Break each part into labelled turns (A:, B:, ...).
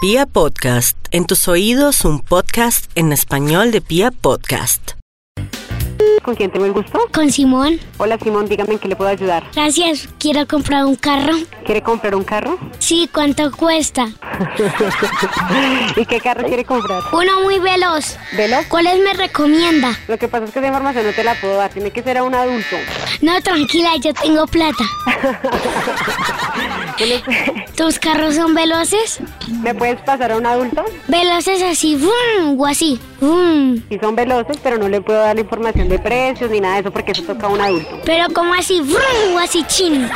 A: Pia Podcast, en tus oídos un podcast en español de Pia Podcast.
B: ¿Con quién tengo el gusto?
C: Con Simón.
B: Hola Simón, dígame en qué le puedo ayudar.
C: Gracias, quiero comprar un carro.
B: ¿Quiere comprar un carro?
C: Sí, ¿cuánto cuesta?
B: ¿Y qué carro quiere comprar?
C: Uno muy veloz.
B: ¿Veloz?
C: ¿Cuáles me recomienda?
B: Lo que pasa es que esa información no te la puedo dar, tiene que ser a un adulto.
C: No, tranquila, yo tengo plata. ¿Tus carros son veloces?
B: ¿Me puedes pasar a un adulto?
C: Veloces así, ¡vum! o así, ¡vum!
B: Si son veloces, pero no le puedo dar la información de precios ni nada de eso porque eso toca a un adulto.
C: Pero como así, ¡vum! o así, chin.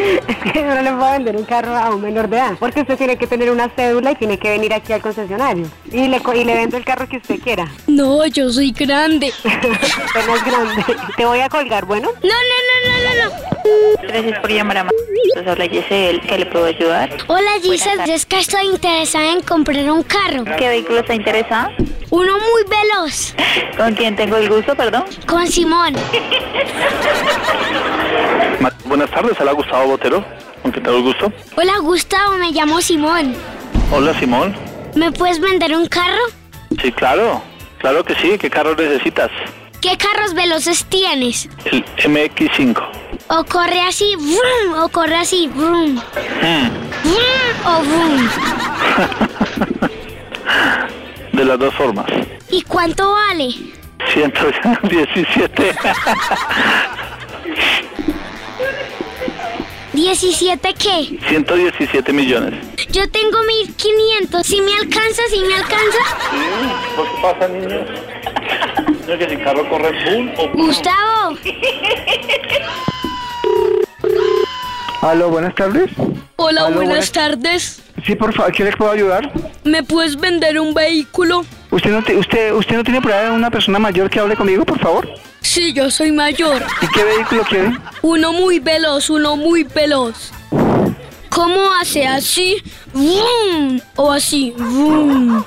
B: Es que yo no le puedo vender un carro a un menor de edad porque usted tiene que tener una cédula y tiene que venir aquí al concesionario. Y le, co- y le vendo el carro que usted quiera.
C: No, yo soy grande.
B: Apenas grande. Te voy a colgar, ¿bueno?
C: No, no, no, no, no, no.
D: Gracias por llamar a Marcos. Habla Yesel, ¿qué le puedo ayudar?
C: Hola, Giselle, es que estoy interesada en comprar un carro.
D: ¿Qué vehículo te interesa?
C: Uno muy veloz.
D: ¿Con quién tengo el gusto, perdón?
C: Con Simón.
E: Ma- Buenas tardes, hola Gustavo Botero, con quien tengo el gusto.
C: Hola, Gustavo, me llamo Simón.
E: Hola Simón,
C: ¿Me puedes vender un carro?
E: sí, claro, claro que sí, ¿qué carro necesitas?
C: ¿Qué carros veloces tienes?
E: El MX5.
C: O corre así, vroom, o corre así, vroom,
E: Mm,
C: vroom, o vroom.
E: De las dos formas.
C: ¿Y cuánto vale?
E: 117.
C: 17 qué?
E: 117 millones.
C: Yo tengo 1500. Si me alcanza, si me alcanza.
E: ¿Por qué pasa, niño? No, que si carro corre full
C: Gustavo,
F: Aló, buenas tardes.
G: Hola,
F: Aló,
G: buenas
F: buenas-
G: tardes.
F: Sí, por favor, ¿qué les puedo ayudar?
G: ¿Me puedes vender un vehículo?
F: ¿Usted no, te- usted, usted no tiene por ahí una persona mayor que hable conmigo, por favor?
G: Sí, yo soy mayor.
F: ¿Y qué vehículo quiere?
G: Uno muy veloz, uno muy veloz. ¿Cómo hace así? ¡Vroom! O así. ¡Vroom!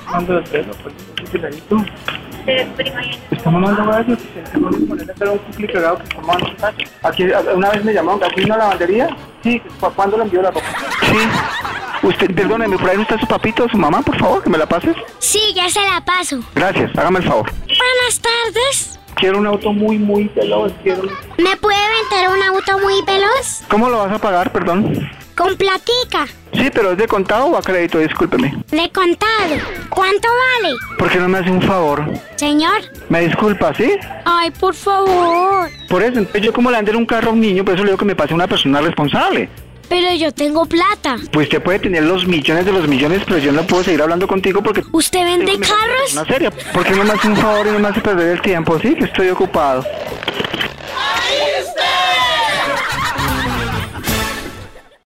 F: Aquí, una vez me llamaron, aquí una lavandería. Sí, ¿cuándo le envió la ropa? Sí. Usted, perdóneme, por ahí no está su papito, su mamá, por favor, que me la pases.
C: sí, ya se la paso.
F: Gracias, hágame el favor.
C: Buenas tardes.
F: Quiero un auto muy, muy veloz. Quiero...
C: ¿Me puede vender un auto muy veloz?
F: ¿Cómo lo vas a pagar, perdón?
C: Con platica,
F: Sí, pero es de contado o a crédito, discúlpeme.
C: de contado. ¿Cuánto vale?
F: ¿Por qué no me hace un favor?
C: Señor.
F: Me disculpa, ¿sí?
C: Ay, por favor.
F: Por eso, entonces yo como le andé un carro a un niño, por eso le digo que me pase una persona responsable.
C: Pero yo tengo plata.
F: Pues usted puede tener los millones de los millones, pero yo no puedo seguir hablando contigo porque...
C: ¿Usted vende carros?
F: Una seria. ¿Por qué no me hace un favor y no me hace perder el tiempo? Sí, que estoy ocupado.